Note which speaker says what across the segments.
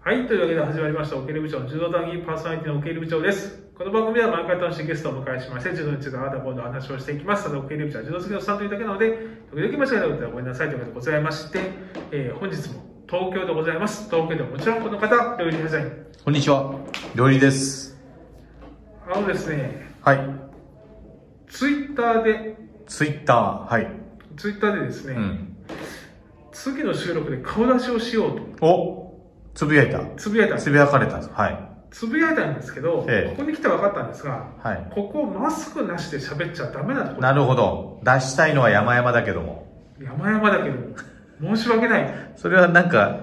Speaker 1: はい、というわけで始まりました、オケル部長の柔道談義パーソナリティのオケル部長です。この番組では毎回楽しいゲストをお迎えしまして、柔道についてあなたボード話をしていきます。ただ、オケル部長は柔道好きのおっさんというだけなので、時々間違いなことはごめんなさいということでございまして、えー本日も東京でございます。東京ではもちろんこの方、料理デザイン。
Speaker 2: こんにちは。料理です。
Speaker 1: あのですね、
Speaker 2: はい。
Speaker 1: ツイッターで、
Speaker 2: ツイッター、はい。
Speaker 1: ツイッターでですね、
Speaker 2: うん。
Speaker 1: 次の収録で顔出しをしようと、
Speaker 2: おつぶやいた。
Speaker 1: つぶやいたんです
Speaker 2: つぶやかれた。はい。
Speaker 1: つぶやいたんですけど、
Speaker 2: ええ
Speaker 1: ここに来て分かったんですが、
Speaker 2: はい。
Speaker 1: ここマスクなしで喋っちゃダメなとこ
Speaker 2: なるほど。出したいのは山々だけども。
Speaker 1: 山々だけど、申し訳ない。
Speaker 2: それはなんか、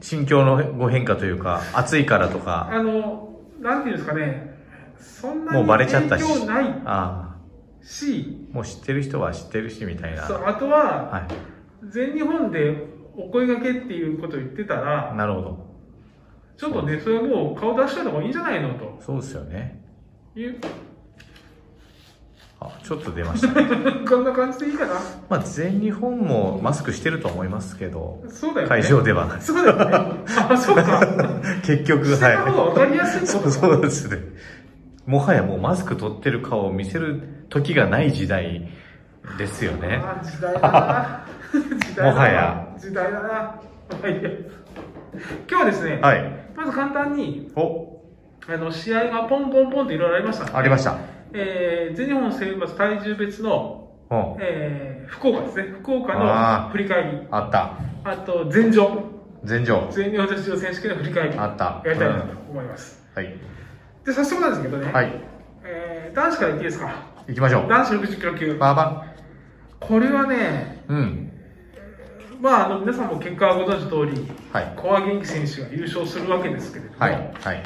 Speaker 2: 心境のご変化というか、暑いからとか、
Speaker 1: あの、なんていうんですかね、そんな
Speaker 2: も
Speaker 1: に
Speaker 2: うバレちゃったし
Speaker 1: 響ない
Speaker 2: あ
Speaker 1: し、
Speaker 2: あ、もう知ってる人は知ってるしみたいな。
Speaker 1: そう
Speaker 2: は
Speaker 1: あとは、
Speaker 2: い。
Speaker 1: 全日本でお声掛けっていうことを言ってたら、
Speaker 2: なるほど。
Speaker 1: ちょっとね、それもう顔出したのがいいんじゃないのと
Speaker 2: そうですよね。
Speaker 1: いう、
Speaker 2: あ、ちょっと出ました。
Speaker 1: こんな感じでいいかな。
Speaker 2: まあ、全日本もマスクしてると思いますけど、
Speaker 1: そうだよね。
Speaker 2: 会場では。
Speaker 1: そうだよね。あ、そうか。
Speaker 2: 結局、
Speaker 1: して
Speaker 2: はい
Speaker 1: た。方が分かりやすいって
Speaker 2: そ
Speaker 1: こと
Speaker 2: う
Speaker 1: か
Speaker 2: そうですね。もはやもうマスク取ってる顔を見せる時がない時代ですよね。
Speaker 1: あー時代だな時代だな
Speaker 2: もはや
Speaker 1: 時代だなまあいいや今日はですね、
Speaker 2: はい。
Speaker 1: まず簡単に
Speaker 2: お、
Speaker 1: あの試合がポンポンポンっていろいろありましたので
Speaker 2: ありました。
Speaker 1: えー全日本選抜体重別の、
Speaker 2: うん。
Speaker 1: えー福岡ですね福岡
Speaker 2: あ
Speaker 1: の
Speaker 2: ー
Speaker 1: 振り返り
Speaker 2: あった。
Speaker 1: あと全場
Speaker 2: 全場。
Speaker 1: 全日本女子柔道選手権の振り返り
Speaker 2: あ
Speaker 1: や
Speaker 2: った。
Speaker 1: りたいなと思います、
Speaker 2: うんはい。
Speaker 1: で早速なんですけどね、
Speaker 2: はい。
Speaker 1: えー男子からいっていいですか
Speaker 2: 行きましょう。
Speaker 1: 男子60キロ級
Speaker 2: バーバ
Speaker 1: これはね
Speaker 2: ン。うん。
Speaker 1: まああの皆さんも結果はご存知の通り
Speaker 2: はい。
Speaker 1: 小賀元気選手が優勝するわけですけれども、
Speaker 2: はい。はい。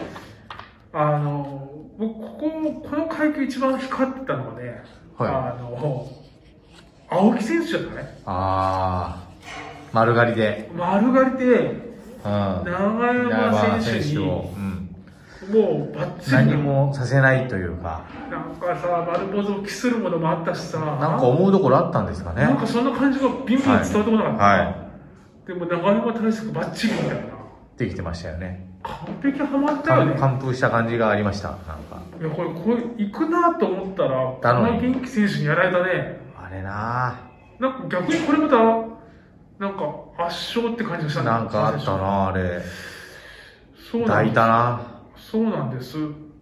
Speaker 1: あの僕こここの階級一番光ってたのはね、
Speaker 2: はい
Speaker 1: あの青木選手だったね
Speaker 2: あー。丸刈りで。
Speaker 1: 丸刈りで
Speaker 2: うん。
Speaker 1: 長山選手に
Speaker 2: 長
Speaker 1: も
Speaker 2: を。うん。
Speaker 1: うバッチリ
Speaker 2: 何
Speaker 1: な
Speaker 2: もさせないというか、
Speaker 1: なんかさ丸坊主を期するものもあったしさ
Speaker 2: なんか思うところあったんですかね。
Speaker 1: なんかそんな感じがビンビン伝わってこなかった、
Speaker 2: は
Speaker 1: でも長山対策バッチリみたいな
Speaker 2: できてましたよね。
Speaker 1: 完璧ハマったよね
Speaker 2: 完封した感じがありました。なんか。
Speaker 1: いやこれこれ行くなと思ったら
Speaker 2: だのに
Speaker 1: 小賀元気選手にやられたね
Speaker 2: あれな
Speaker 1: なんか逆にこれまた、なんか圧勝って感じがし
Speaker 2: ぁ。
Speaker 1: た
Speaker 2: なんかあった。なぁ、あれ。
Speaker 1: そうなん
Speaker 2: 抱い
Speaker 1: です。
Speaker 2: たな
Speaker 1: そうなんです。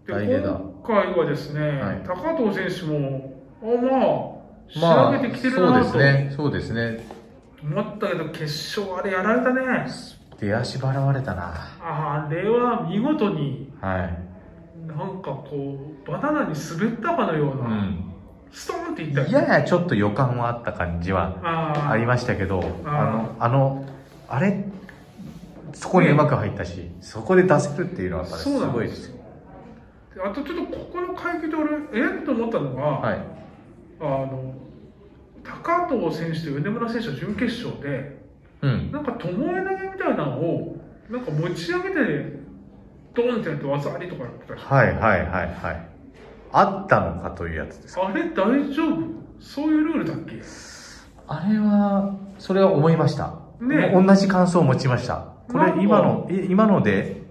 Speaker 2: 大
Speaker 1: で、
Speaker 2: 手だ
Speaker 1: 今回はですね、
Speaker 2: はい
Speaker 1: 高藤選手も、あ、
Speaker 2: ぁ。
Speaker 1: まあ、仕上げてきてる
Speaker 2: そう
Speaker 1: な
Speaker 2: で
Speaker 1: と
Speaker 2: すね。そうですね。
Speaker 1: 思ったけど、決勝あれやられたね。
Speaker 2: 出足払われたな
Speaker 1: あれは見事に、
Speaker 2: はい。
Speaker 1: なんかこう、バナナに滑ったかのよう
Speaker 2: う
Speaker 1: な、
Speaker 2: ん。
Speaker 1: ストーンっていったよね
Speaker 2: ややちょっと予感はあった感じは
Speaker 1: あ
Speaker 2: あり
Speaker 1: あ、
Speaker 2: ましたけど、
Speaker 1: あ
Speaker 2: あの、あの、あれ、そこにうまく入ったし、そこで出せるっていうのはやっぱりす
Speaker 1: そうなん
Speaker 2: ごい
Speaker 1: で
Speaker 2: ですす
Speaker 1: よ
Speaker 2: よ。。
Speaker 1: あとちょっとここの階級で俺、えっと思ったのが、
Speaker 2: はい。
Speaker 1: あの高藤選手と米村選手の準決勝で
Speaker 2: うん。
Speaker 1: なんか巴投げみたいなのをなんか持ち上げてドンってやって技ありとかやってたし
Speaker 2: はいはいはいはい。あったのかというやつです。
Speaker 1: あれ大丈夫そういうルールだっけ
Speaker 2: あれは、それは思いました。
Speaker 1: ね
Speaker 2: もう同じ感想を持ちました。こ
Speaker 1: なんか
Speaker 2: れ今の、え今ので、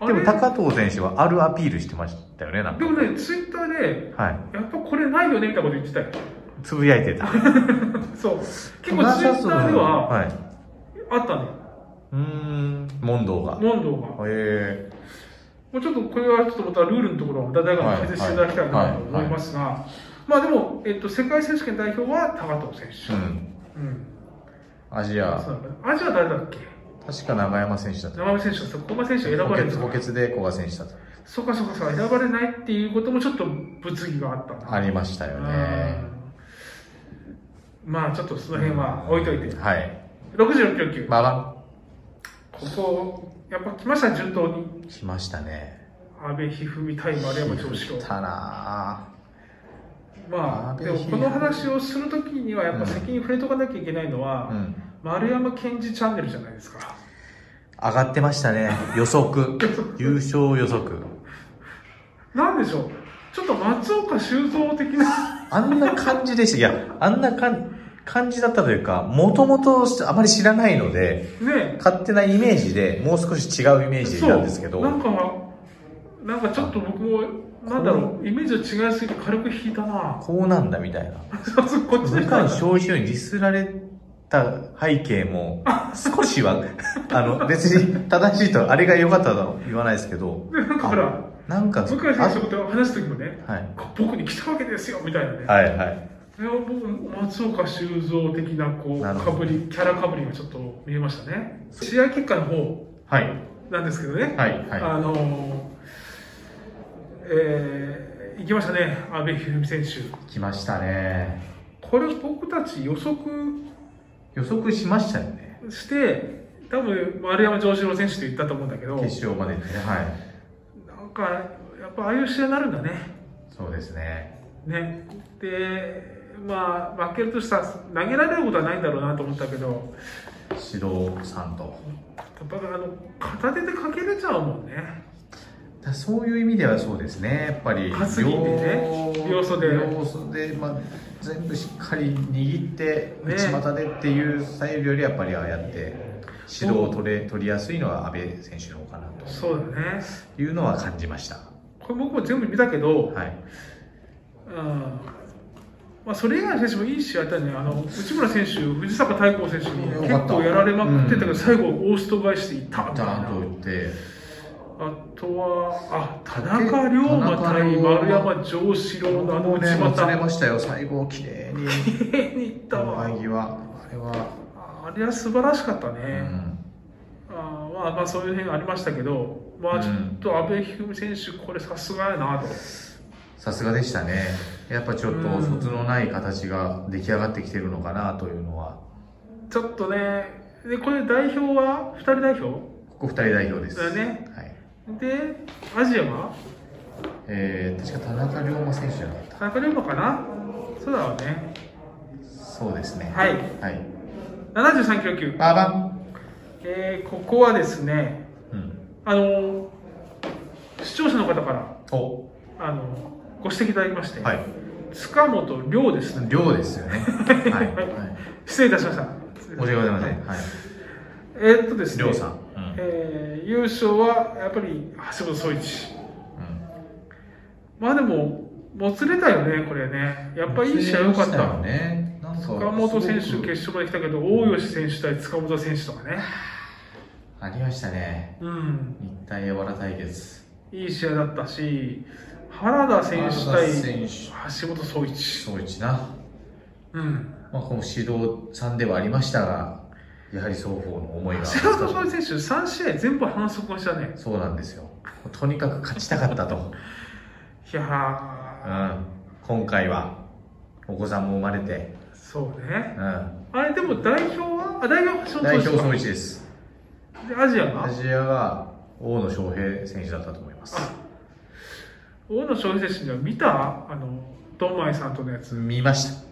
Speaker 1: あ
Speaker 2: で
Speaker 1: れ
Speaker 2: も高藤選手はあるアピールしてましたよね、なん
Speaker 1: で
Speaker 2: か。
Speaker 1: もねツイッターで
Speaker 2: はい。
Speaker 1: やっぱこれないよねみたいなこと言ってたよ
Speaker 2: つぶやいてた。
Speaker 1: そう結構ツイッターでは
Speaker 2: はい。
Speaker 1: あったね
Speaker 2: うーん、問答が。
Speaker 1: 問答がも
Speaker 2: え
Speaker 1: うちょっとこれはちょっとまたルールのところをダダが解説していただきたいなと思いますがまあでも、えっと、世界選手権代表は高藤選
Speaker 2: え
Speaker 1: 手、
Speaker 2: うん。
Speaker 1: うん
Speaker 2: アジア、
Speaker 1: そうなんだアジア誰だっけ
Speaker 2: 確か長山選手だった。
Speaker 1: 長山選手と古賀選手が選
Speaker 2: 補
Speaker 1: ばれる
Speaker 2: 欠、補欠で古賀選手だった。
Speaker 1: そうかそうかそうか選ばれないっていうこともちょっと物議があったんだ
Speaker 2: ありましたよね。
Speaker 1: うんまあちょっとその辺は置いといて
Speaker 2: はい。
Speaker 1: 66キロ級
Speaker 2: まあま
Speaker 1: ここやっぱ来ました順当に
Speaker 2: あ、来ましたね。
Speaker 1: 阿部一二三対丸山長志郎
Speaker 2: たな
Speaker 1: まあ
Speaker 2: 阿部
Speaker 1: でも
Speaker 2: 一二三
Speaker 1: この話をするときにはやっぱ先に触れとかなきゃいけないの
Speaker 2: ぁ。
Speaker 1: は、
Speaker 2: うん。
Speaker 1: 丸山健二チャンネルじゃないですか
Speaker 2: 上がってましたね。予測。優勝予測。
Speaker 1: なんでしょうちょっと松岡修造的な
Speaker 2: あんな感じでした。いや、あんな感感じだったというか、もともとあまり知らないので、
Speaker 1: ね
Speaker 2: 勝手なイメージで、もう少し違うイメージなんですけど、
Speaker 1: なんかなんかちょっと僕もなんだろうイメージと違いすぎて軽く引いたな
Speaker 2: こうなんだみたいな。
Speaker 1: そうそうこっちで
Speaker 2: 向
Speaker 1: し
Speaker 2: 井
Speaker 1: た
Speaker 2: 翔一郎にディスられた背景も、少しは、 あの、別に正しいと、あれが良かったとは言わないですけど、
Speaker 1: でなんかほら
Speaker 2: なんか、
Speaker 1: 向井選手と話す時もね
Speaker 2: あはい。
Speaker 1: こ僕に来たわけですよみたいなね、
Speaker 2: はいはい。
Speaker 1: いや僕松岡修造的なこう
Speaker 2: なる
Speaker 1: か
Speaker 2: ほど
Speaker 1: ぶりキャラかぶりがちょっと見えましたね試合結果の方
Speaker 2: はい。
Speaker 1: なんですけどね、
Speaker 2: はい。はい。
Speaker 1: あのーえー、行きましたね阿部一二三選手
Speaker 2: 来ましたね。
Speaker 1: これ僕たち予測
Speaker 2: 予測しましたよね。
Speaker 1: して多分丸山城志郎選手と言ったと思うんだけどなん
Speaker 2: 決勝までね。はい。
Speaker 1: かやっぱああいう試合になるんだね
Speaker 2: そうですね。
Speaker 1: ねでまあ負けるとしたら投げられることはないんだろうなと思ったけど
Speaker 2: 指導さんと。
Speaker 1: やっぱあの片手でかけれちゃうもんね
Speaker 2: だそういう意味ではそうですね。やっぱり、
Speaker 1: 担ぎでね両袖
Speaker 2: 両袖で、まあ、全部しっかり握って、
Speaker 1: ね
Speaker 2: 内股でっていうスタイルより、やっぱりああやって、指導を取れ、取りやすいのは安倍選手の方かな
Speaker 1: そうだね
Speaker 2: というのは感じました。
Speaker 1: これ僕も全部見たけど、
Speaker 2: はい。
Speaker 1: うんまあ、それ以外の選手もいい試合だったね、あの内村選手、藤坂大光選手も
Speaker 2: よかった
Speaker 1: 結構やられまくってたけど、
Speaker 2: うん
Speaker 1: 最後、オースト返していったみ
Speaker 2: ダ
Speaker 1: たいな、
Speaker 2: ーンと打って、
Speaker 1: あとは、あ田中龍馬
Speaker 2: 田中龍
Speaker 1: 対
Speaker 2: 馬
Speaker 1: 丸山城志郎のあの
Speaker 2: もう
Speaker 1: 内
Speaker 2: ね、もつれ
Speaker 1: 股、
Speaker 2: ましたよ。最後、綺麗に。
Speaker 1: 綺麗 にいったわ、
Speaker 2: 上着は、あれは。
Speaker 1: あれは素晴らしかった
Speaker 2: う
Speaker 1: ね、
Speaker 2: ん
Speaker 1: あーまあ、まあそういう辺ありましたけど、まあ、ちょっと阿部一二三選手、これ、さすがやなと。
Speaker 2: さすがでしたね。やっぱちょっと、
Speaker 1: うん
Speaker 2: 卒のない形が出来上がってきてるのかなというのは、
Speaker 1: ちょっとね、でこれ、代表は2人代表
Speaker 2: ここ二人代表です。
Speaker 1: だよね
Speaker 2: はい。
Speaker 1: で、アジアは
Speaker 2: えー、確か田中龍馬選手じゃなかった。
Speaker 1: 田中龍馬かなそうだろうね。
Speaker 2: そうですね。
Speaker 1: はい。
Speaker 2: はい。
Speaker 1: 73キロ級。
Speaker 2: バーバン。
Speaker 1: えーここはですね、
Speaker 2: うん。
Speaker 1: あのー視聴者の方から、
Speaker 2: お。
Speaker 1: あのーご指摘いただきまして、
Speaker 2: はい。
Speaker 1: 塚本亮です。
Speaker 2: 量です よね。はい。はい。
Speaker 1: 失礼いたしました。
Speaker 2: 申し訳ございません。はい。
Speaker 1: えーっとですね、
Speaker 2: 量さん。うん。
Speaker 1: えー優勝はやっぱり橋本総一。
Speaker 2: うん
Speaker 1: まあでも、もつれたよね、これね。やっぱいい試合良かっ
Speaker 2: よ
Speaker 1: た。
Speaker 2: ね。なんかすごく。
Speaker 1: 塚本選手決勝まで来たけど、大吉選手対塚本選手とかね。
Speaker 2: ありましたね。
Speaker 1: うん。
Speaker 2: 日体和田対決。
Speaker 1: いい試合だったし、原田選手対
Speaker 2: 選手。
Speaker 1: 橋本総一、
Speaker 2: そう一な。
Speaker 1: うん、
Speaker 2: まあ、この指導さんではありましたが、やはり双方の思いが。
Speaker 1: 橋本総一選手、3試合全部反則をしたね、
Speaker 2: そうなんですよ。とにかく勝ちたかったと。
Speaker 1: いや
Speaker 2: うん、今回はお子さんも生まれて、
Speaker 1: ー、そう
Speaker 2: う
Speaker 1: ね、
Speaker 2: ん、
Speaker 1: あれ、でも代表は、あ代表は
Speaker 2: 代
Speaker 1: 橋本
Speaker 2: 表
Speaker 1: 総
Speaker 2: 総
Speaker 1: 一
Speaker 2: 一です
Speaker 1: かでアジア
Speaker 2: ア
Speaker 1: が、
Speaker 2: ジアは大野翔平選手だったと思います
Speaker 1: 大野翔平選手には見た、あのドンマイさんとのやつ、
Speaker 2: 見ました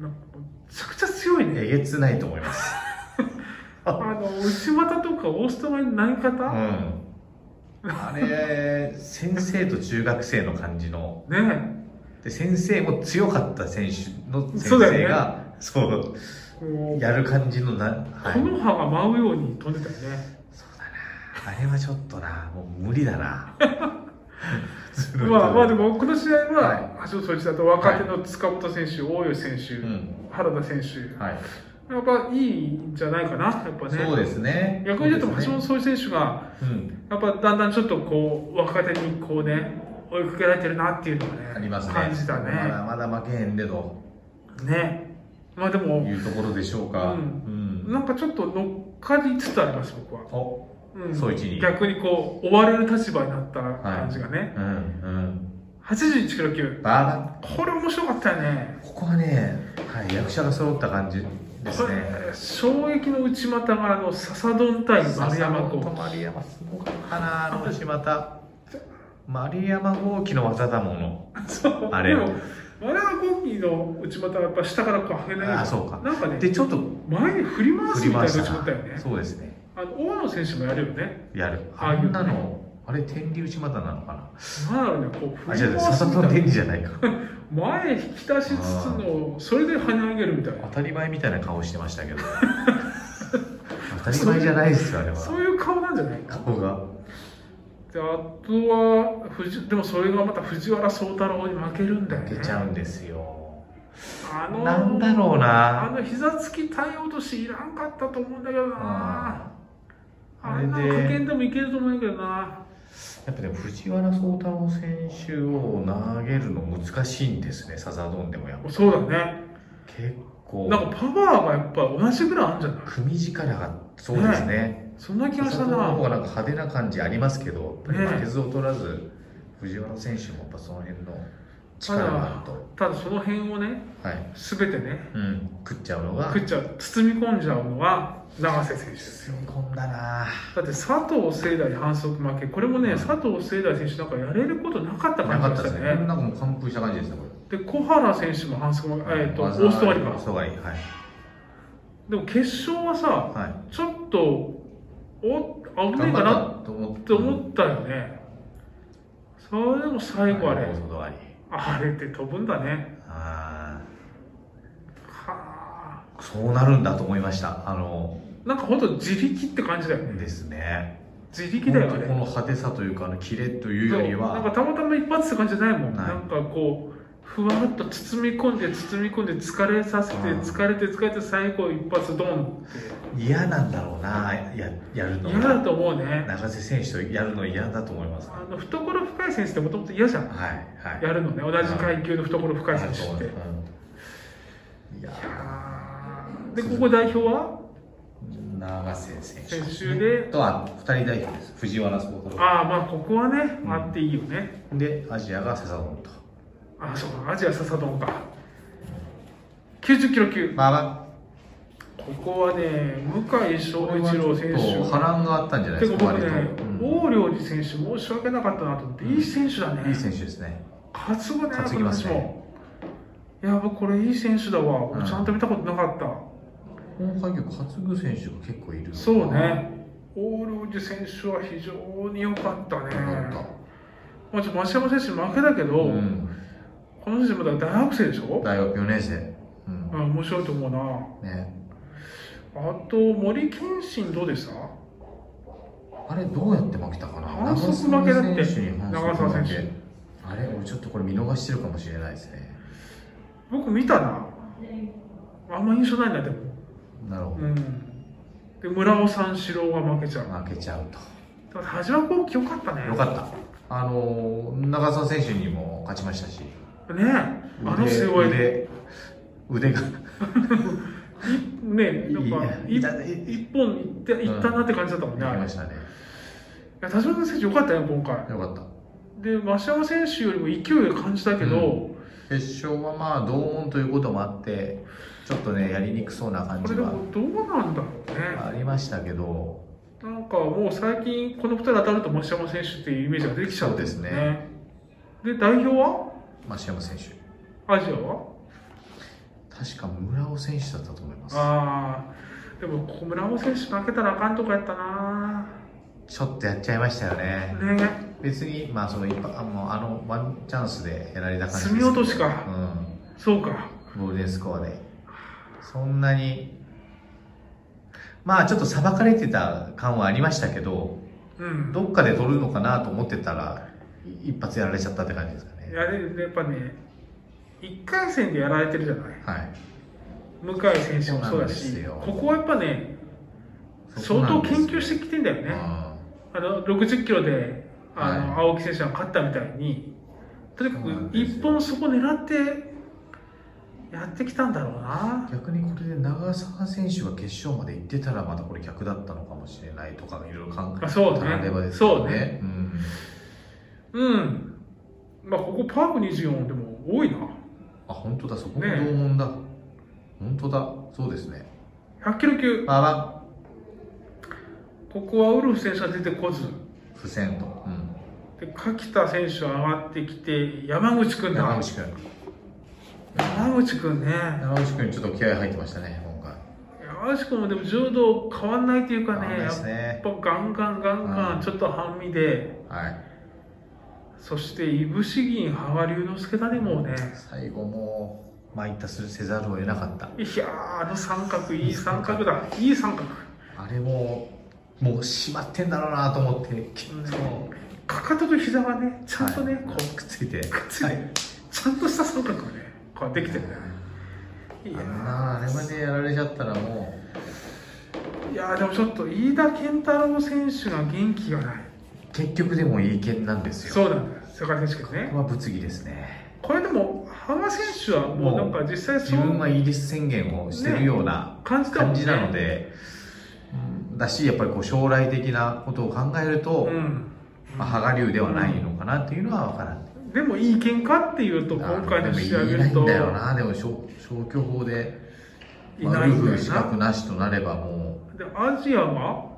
Speaker 1: なんかめちゃくちゃ強いね、
Speaker 2: えげつないと思います
Speaker 1: あの内股とかオーストマイの投げ
Speaker 2: う
Speaker 1: 方、
Speaker 2: んあれ先生と中学生の感じの
Speaker 1: ね
Speaker 2: で先生も強かった選手の先
Speaker 1: そうだ
Speaker 2: 生
Speaker 1: よ
Speaker 2: がそう,、
Speaker 1: こう
Speaker 2: やる感じのな、はい、
Speaker 1: 木の葉が舞うように飛んでたよね。
Speaker 2: そうだなあれはちょっとなもう無理だな普通の人
Speaker 1: まあまあでもこの試合は
Speaker 2: は
Speaker 1: 橋本選手だと若手の塚本選手、大吉選手、
Speaker 2: うん
Speaker 1: 原田選手、
Speaker 2: はい、
Speaker 1: やっぱいいんじゃないかな、やっぱね。
Speaker 2: そうですね
Speaker 1: 逆に言うと
Speaker 2: そうです
Speaker 1: 橋
Speaker 2: ね
Speaker 1: 本総一選手が、
Speaker 2: うん
Speaker 1: やっぱだんだんちょっとこう、若手にこうね、追いかけられてるなっていうのがね、
Speaker 2: ありますね。
Speaker 1: 感じた
Speaker 2: ま
Speaker 1: ね。
Speaker 2: だまだ負けへんでと
Speaker 1: ね。まあでも、
Speaker 2: いうところでしょうか。
Speaker 1: う
Speaker 2: うんん。
Speaker 1: なんかちょっと乗っかりつつあります、僕は。
Speaker 2: お、
Speaker 1: うん
Speaker 2: 総一に
Speaker 1: 逆にこう、追われる立場になった感じがね。
Speaker 2: うん、うん。
Speaker 1: 81キロ級。
Speaker 2: バ
Speaker 1: これ面白かったよね。
Speaker 2: ーここはね、はい、役者が揃った感じです
Speaker 1: これ
Speaker 2: ね。
Speaker 1: 衝撃の内股があの笹丼対丸山
Speaker 2: 笹本
Speaker 1: 公
Speaker 2: と丸山すごかったな、あの内股。 丸山豪樹の技だもの。
Speaker 1: そう
Speaker 2: あれ
Speaker 1: でも丸山公輝の内股はやっぱ下からこう上げない
Speaker 2: あそうか
Speaker 1: なんかね
Speaker 2: で、ちょっと
Speaker 1: 前に振り回す
Speaker 2: 振
Speaker 1: みたい
Speaker 2: り
Speaker 1: な
Speaker 2: 回
Speaker 1: 内
Speaker 2: したな
Speaker 1: 股だよね
Speaker 2: そうですね。
Speaker 1: あの大野選手もやるよね
Speaker 2: やる。
Speaker 1: ああ
Speaker 2: あ
Speaker 1: いうん
Speaker 2: なの、あれ天竜内股なのかな。
Speaker 1: なんだろうねこう振
Speaker 2: あ、
Speaker 1: り
Speaker 2: じゃあ、
Speaker 1: 回す
Speaker 2: 笹
Speaker 1: みた
Speaker 2: 本
Speaker 1: い
Speaker 2: 天
Speaker 1: な
Speaker 2: 竜じゃないか。
Speaker 1: 前引き出しつつのそれで跳ね上げるみたい
Speaker 2: 当
Speaker 1: な
Speaker 2: たり前みたいな顔してま したけど当たり前じゃないですよあれ
Speaker 1: そう
Speaker 2: は
Speaker 1: いう顔なんじゃないか
Speaker 2: 顔が
Speaker 1: であとは藤でもそれがまた藤原宗太郎に負けるんだよね
Speaker 2: 出ちゃうんですよ
Speaker 1: あの
Speaker 2: なんだろうな
Speaker 1: あの膝つき体落としいらんかったと思うんだけどな
Speaker 2: うん
Speaker 1: あれな
Speaker 2: あ
Speaker 1: ら
Speaker 2: れで
Speaker 1: 派遣でもいけると思うんだけどな
Speaker 2: やっぱでも藤原宗太郎選手を投げるの難しいんですねサザドンでもやっぱ
Speaker 1: そうだね
Speaker 2: 結構
Speaker 1: なんかパワーがやっぱ同じぐらいあるんじゃない
Speaker 2: 組力がそうですね
Speaker 1: そんな気
Speaker 2: サ
Speaker 1: がした
Speaker 2: ザドンの
Speaker 1: な
Speaker 2: 方がなんか派手な感じありますけどやっぱり
Speaker 1: ね
Speaker 2: 負けず劣らず藤原選手もやっぱその辺の力があると
Speaker 1: ただその辺をね
Speaker 2: はい
Speaker 1: 全てね
Speaker 2: うん食っちゃうのが
Speaker 1: 食っちゃう包み込んじゃうのは永瀬選手です
Speaker 2: 吸い込んだな
Speaker 1: だって佐藤聖大に反則負けこれもね、
Speaker 2: うん
Speaker 1: 佐藤聖大選手なんかやれることなかった
Speaker 2: なか
Speaker 1: 感
Speaker 2: っ
Speaker 1: じで
Speaker 2: たで
Speaker 1: し
Speaker 2: す
Speaker 1: た
Speaker 2: ね
Speaker 1: ね
Speaker 2: なんかもう完封した感じですねこ
Speaker 1: で小原選手も反則負け、
Speaker 2: れ
Speaker 1: えー、とオ
Speaker 2: わざ
Speaker 1: ーストラリア
Speaker 2: オース
Speaker 1: か
Speaker 2: トラリアはい
Speaker 1: でも決勝はさ
Speaker 2: はい
Speaker 1: ちょっとお危ない
Speaker 2: 頑
Speaker 1: かな
Speaker 2: 張ったと思
Speaker 1: って思ったよね、それでも最後あれ、
Speaker 2: オーストラリ
Speaker 1: あれって飛ぶんだね
Speaker 2: アあ
Speaker 1: はあ
Speaker 2: ーそうなるんだと思いましたあの
Speaker 1: なんか本当自力って感じだよね
Speaker 2: ですね
Speaker 1: 自力だよあ
Speaker 2: 本
Speaker 1: れ
Speaker 2: 当この派手さというかあのキレというより
Speaker 1: なんか
Speaker 2: は
Speaker 1: たまたま一発って感じじゃないもん、
Speaker 2: はい
Speaker 1: なんかこうふわっと包み込んで包み込んで疲れさせて
Speaker 2: うん
Speaker 1: 疲れて疲れて最後一発ドンっ
Speaker 2: 嫌なんだろうなややる
Speaker 1: て
Speaker 2: の
Speaker 1: 嫌だと思うね
Speaker 2: 永瀬選手とやるの嫌だと思いますね
Speaker 1: あの懐深い選手ってもともと嫌じゃん
Speaker 2: はいはい
Speaker 1: やるのね同じ階級の懐深い選手
Speaker 2: あそう
Speaker 1: って、
Speaker 2: ね
Speaker 1: い
Speaker 2: うんいや
Speaker 1: やーでここ代表は
Speaker 2: ー永瀬選手
Speaker 1: 先週で
Speaker 2: とは2人代表です藤原スポート
Speaker 1: ああまあここはね、
Speaker 2: うん
Speaker 1: あっていいよね
Speaker 2: でアジアが笹本と
Speaker 1: ああそうかアジア笹丼か90キロ級
Speaker 2: まあま
Speaker 1: ここはね向井
Speaker 2: あ
Speaker 1: 翔一郎選
Speaker 2: ちょ
Speaker 1: 手
Speaker 2: っと波乱があったんじゃないで
Speaker 1: ですも
Speaker 2: か
Speaker 1: 僕ね、
Speaker 2: うん
Speaker 1: 王良二選手、申し訳なかったなと思って、いい選手だね、
Speaker 2: いい選手ですね
Speaker 1: 担ぐね、
Speaker 2: 担ぎますね
Speaker 1: この人もいや、僕、これ、いい選手だわ、
Speaker 2: うん
Speaker 1: ちゃんと見たことなかった、
Speaker 2: この作業担ぐ選手が結構いるのかな
Speaker 1: そうね、王良二選手は非常に良かったね、
Speaker 2: よかった
Speaker 1: まあ、ちょっと増山選手、負けだけど、
Speaker 2: うん、
Speaker 1: この人まだ大学生でしょ、
Speaker 2: 大学4年生、うん
Speaker 1: うん、面白いと思うな、
Speaker 2: ね、
Speaker 1: あと、森健信、どうでした
Speaker 2: あれどうやって負けたかな
Speaker 1: 反則負けだって
Speaker 2: 長澤選手に反則負け
Speaker 1: 長澤選
Speaker 2: あれ俺ちょっとこれ見逃してるかもしれないですね
Speaker 1: 僕、見たな、あんま印象ないな、でも。
Speaker 2: なるほ
Speaker 1: うん、で村尾三四郎は負けちゃう
Speaker 2: ど、負けちゃうと
Speaker 1: だから田島幸輝よかったね
Speaker 2: よかったあのー長澤選手にも勝ちましたし
Speaker 1: たねえあの
Speaker 2: 腕
Speaker 1: 背負いね
Speaker 2: 腕腕が
Speaker 1: えなんか
Speaker 2: いい
Speaker 1: 一
Speaker 2: いやい
Speaker 1: 一本いっていったなって感じだったもんね、
Speaker 2: や
Speaker 1: あ
Speaker 2: り
Speaker 1: れい
Speaker 2: ましたね
Speaker 1: や田島選手よかったよ今回
Speaker 2: よかった
Speaker 1: で増山選手よりも勢いを感じたけど、
Speaker 2: 決勝はまあ同門ということもあってちょっとねやりにくそうな感
Speaker 1: こ
Speaker 2: じ
Speaker 1: れで
Speaker 2: は
Speaker 1: もどうなんだろうね、
Speaker 2: ありましたけど
Speaker 1: なんかもう最近この二人当たると増山選手っていうイメージが出てきちゃうんだよ
Speaker 2: そうです
Speaker 1: で代表は
Speaker 2: 増山選手
Speaker 1: アジアは
Speaker 2: 確か村尾選手だったと思います
Speaker 1: ああでもここ村尾選手負けたらあかんとこやったな
Speaker 2: ちょっとやっちゃいましたよね
Speaker 1: ね
Speaker 2: 別にまあその一般あもうあのワンチャンスでやられた感じです
Speaker 1: 隅
Speaker 2: けど
Speaker 1: 落としかそうか
Speaker 2: うんゴールデンスコアでそんなにまあちょっと裁かれてた感はありましたけど
Speaker 1: うん
Speaker 2: どっかで取るのかなと思ってたらい一発やられちゃったって感じですかね
Speaker 1: いやでやっぱね1回戦でやられてるじゃない
Speaker 2: はい
Speaker 1: 向井選手もそうだ
Speaker 2: そうなんです
Speaker 1: し
Speaker 2: よ
Speaker 1: ここはやっぱね
Speaker 2: そこ
Speaker 1: 相
Speaker 2: な
Speaker 1: 当
Speaker 2: んです
Speaker 1: 研究してきてんだよ
Speaker 2: う
Speaker 1: ね
Speaker 2: ん
Speaker 1: あの60キロであの、
Speaker 2: はい
Speaker 1: 青木選手が勝ったみたいにとにかく
Speaker 2: そうなんですよ
Speaker 1: 1本そこ狙ってやってきたんだろうな
Speaker 2: 逆にこれで長澤選手が決勝まで行ってたらまたこれ逆だったのかもしれないとかいろいろ考え
Speaker 1: あそうね
Speaker 2: たらればです
Speaker 1: そうね
Speaker 2: うん
Speaker 1: うんまあここパーク24でも多いな
Speaker 2: あ本当だそこも
Speaker 1: ねえ
Speaker 2: 同門だ、本当だそうですね
Speaker 1: 100キロ級
Speaker 2: まあま
Speaker 1: ここはウルフ選手が出てこず
Speaker 2: あ不戦と、う
Speaker 1: で柿田選手が上がってきて山口君
Speaker 2: ん、
Speaker 1: だ
Speaker 2: 山口君
Speaker 1: 山口くんね
Speaker 2: 山口君ちょっと気合入ってましたね今回
Speaker 1: 山口くんもでも柔道変わんないっていうか
Speaker 2: あ
Speaker 1: ね
Speaker 2: で
Speaker 1: や
Speaker 2: す
Speaker 1: っ
Speaker 2: ね
Speaker 1: ぱガンガンガンガ
Speaker 2: う
Speaker 1: ン
Speaker 2: ん
Speaker 1: ちょっと半身で
Speaker 2: はい
Speaker 1: そして、いぶし銀、羽賀龍之介だね、もうね。
Speaker 2: 最後もう、まあ、いったするせざるを得なかった。
Speaker 1: いやー、あの三角、いい三角だ。いい三角。
Speaker 2: あれも、もう閉まってんだろうなと思って、きっと、
Speaker 1: かかとと膝がね、ちゃんとね、
Speaker 2: は
Speaker 1: こ、
Speaker 2: いうくっついて、
Speaker 1: くっついて
Speaker 2: はい
Speaker 1: ちゃんとした三角がね、こうできてるんだよね。い
Speaker 2: あん
Speaker 1: や
Speaker 2: なあれまでやられちゃったらも
Speaker 1: ーいやーでもちょっと、飯田健太郎選手が元気がない。
Speaker 2: う、結局でもいい剣なんですよ。
Speaker 1: そうなんだよ、世界選手権
Speaker 2: こ
Speaker 1: ね。
Speaker 2: れは物議ですね。
Speaker 1: これでも、羽賀選手はもうなんか実際そ
Speaker 2: 自分
Speaker 1: う
Speaker 2: はイギリス宣言をしてるような
Speaker 1: 感じたも
Speaker 2: 感
Speaker 1: んね。
Speaker 2: じなので、うんだし、やっぱりこう将来的なことを考えると、
Speaker 1: うん。
Speaker 2: まあ、羽賀流ではないのかなっていうのは分からん。
Speaker 1: でもいい喧嘩っていうと、今回の試合を見る
Speaker 2: い
Speaker 1: と、
Speaker 2: ないんだよな、でも消消去法で、
Speaker 1: い
Speaker 2: ま
Speaker 1: な
Speaker 2: あ、
Speaker 1: い
Speaker 2: ウ
Speaker 1: んだ
Speaker 2: ル
Speaker 1: よ
Speaker 2: フ資
Speaker 1: な。
Speaker 2: 格なしとなればも
Speaker 1: で、アジアが、
Speaker 2: う、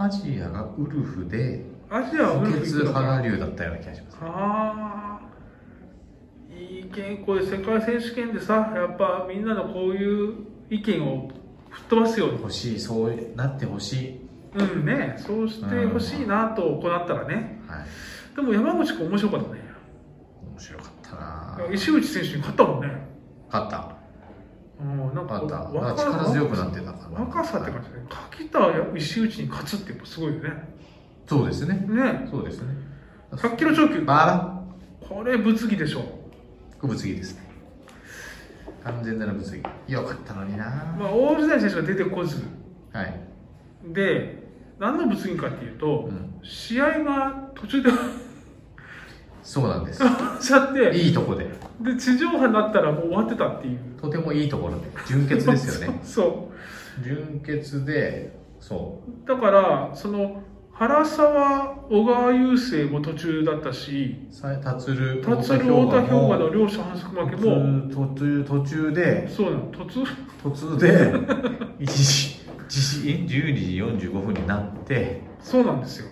Speaker 2: アジアがウルフで、
Speaker 1: アジアはウル
Speaker 2: 補
Speaker 1: フ行く
Speaker 2: 欠
Speaker 1: の
Speaker 2: 羽
Speaker 1: かな
Speaker 2: 賀流だったような気がします。
Speaker 1: ああいい健康で世界選手権でさやっぱみんなのこういう意見を吹っ飛ばすように
Speaker 2: 欲しい、そうなってほしい。
Speaker 1: うんねそうしてほしいなと行ったらね
Speaker 2: はい。
Speaker 1: でも山口君面白かったね
Speaker 2: 面白かったな
Speaker 1: 石内選手に勝ったもんね
Speaker 2: 勝った。
Speaker 1: うんなんか
Speaker 2: 勝った。
Speaker 1: こう
Speaker 2: なんか力強くなってたかな。
Speaker 1: 若さって感じで柿田石内に勝つってやっぱすごいよね
Speaker 2: そうですね。
Speaker 1: ね
Speaker 2: そうですね。
Speaker 1: 100キロ超級
Speaker 2: バラ
Speaker 1: これ物議でしょ
Speaker 2: 物議ですね。完全なる物議。よかったのにな
Speaker 1: まあ大時代選手が出てこず
Speaker 2: はい。
Speaker 1: で何の物議かっていう
Speaker 2: う
Speaker 1: と
Speaker 2: ん。
Speaker 1: 試合が途中で
Speaker 2: そうなんです。
Speaker 1: ちゃって、
Speaker 2: いいとこで。
Speaker 1: で、地上波になったらもう終わってたっていう。
Speaker 2: とてもいいところで。純潔です よね。。
Speaker 1: そ。
Speaker 2: 純潔で、そう
Speaker 1: だから、その、原沢、小川雄生も途中だったし、
Speaker 2: う。さ達る、
Speaker 1: 達郎、
Speaker 2: 太
Speaker 1: 太田
Speaker 2: 田兵
Speaker 1: 兵馬
Speaker 2: 馬の
Speaker 1: の両者反則負け
Speaker 2: 途
Speaker 1: も、
Speaker 2: 中途中途中で、
Speaker 1: そうなの、突、
Speaker 2: 途中 で、1時、1時、12時45分になって、
Speaker 1: そうなんですよ。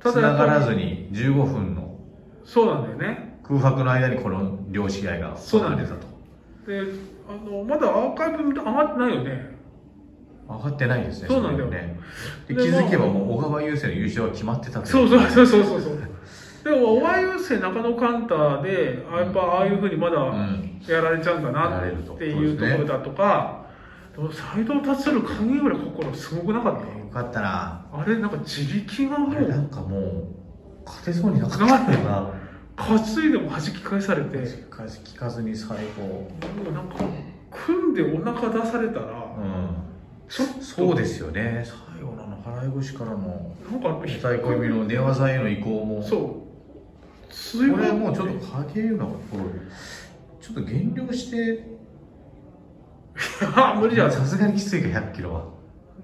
Speaker 2: 繋がらず
Speaker 1: に。
Speaker 2: に15分の
Speaker 1: そうなんだよね。
Speaker 2: 空白の間にこの両試合が行われたと。
Speaker 1: で、あの、まだアーカイブ見て上がってないよね。
Speaker 2: 分かってないですね。
Speaker 1: そうなんだよ
Speaker 2: れね。で
Speaker 1: で
Speaker 2: 気づけばもう小川雄生の優勝は決まってたとい
Speaker 1: そうそうそうそうそうそう。でも、小川雄生、中野カンターで、あやっぱああいうふうにまだ、
Speaker 2: うん。
Speaker 1: やられちゃうんだなっていうところだとか、でも斎藤達郎影浦心すごくなかっ
Speaker 2: よかったな。
Speaker 1: たあれなんか自力が
Speaker 2: あ
Speaker 1: も
Speaker 2: れな
Speaker 1: うん
Speaker 2: かもう、勝てそうになかったよな。
Speaker 1: 担いでも弾き返されて
Speaker 2: しかし聞かずに最後。
Speaker 1: もうなんか組んでお腹出されたら
Speaker 2: うん。
Speaker 1: ちょっと
Speaker 2: そうですよね。最後のあの払い腰からの、
Speaker 1: なんか
Speaker 2: 非対抗組の寝技への移行も。
Speaker 1: そう
Speaker 2: こ
Speaker 1: 水
Speaker 2: れもうちょっと影浦がこう、ちょっと減量して、
Speaker 1: あ無理じゃん
Speaker 2: さすがにきついか、100キロは。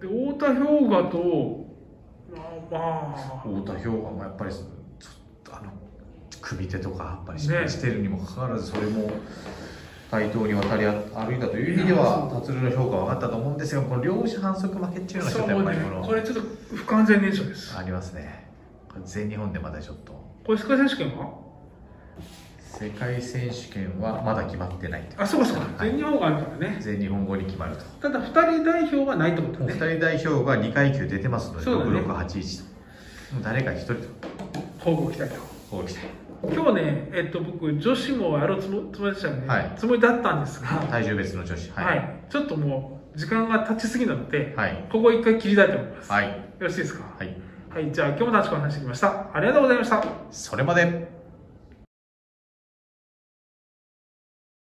Speaker 1: で太田氷河とまあまあ
Speaker 2: 太田氷河もやっぱりちょっとあの組手とかやっぱりし
Speaker 1: ね
Speaker 2: してるにもかかわらずそれも対等に渡り歩いたという意味では達郎の評価は上がったと思うんですがこの両者反則負けっていうのがちょっとやっぱりこ
Speaker 1: そうねこ
Speaker 2: の
Speaker 1: れちょっと不完全燃焼です
Speaker 2: ありますねこれ全日本でまだちょっと
Speaker 1: これ世界選手権は
Speaker 2: 世界選手権はまだ決まってないと
Speaker 1: あそうかそうか
Speaker 2: はい
Speaker 1: 全日本があるからね
Speaker 2: 全日本後に決まると
Speaker 1: ただ2人代表はないってこと
Speaker 2: もう2
Speaker 1: ね
Speaker 2: 人代表が2階級出てますので、
Speaker 1: そうだね
Speaker 2: 6681ともう誰か1人と
Speaker 1: 交互期待と
Speaker 2: こう来て
Speaker 1: 今日ね、えっと、僕女子もやろうつもつもりでしたよね、
Speaker 2: はい
Speaker 1: つもりだったんですが、は
Speaker 2: 体重別の女子
Speaker 1: い
Speaker 2: はい
Speaker 1: ちょっともう時間が経ちすぎなので、
Speaker 2: はい
Speaker 1: ここ一回切りたいと思います、
Speaker 2: はい
Speaker 1: よろしいですか
Speaker 2: はい
Speaker 1: はい、じゃあ今日も楽しくお話してきましたありがとうございました
Speaker 2: それまで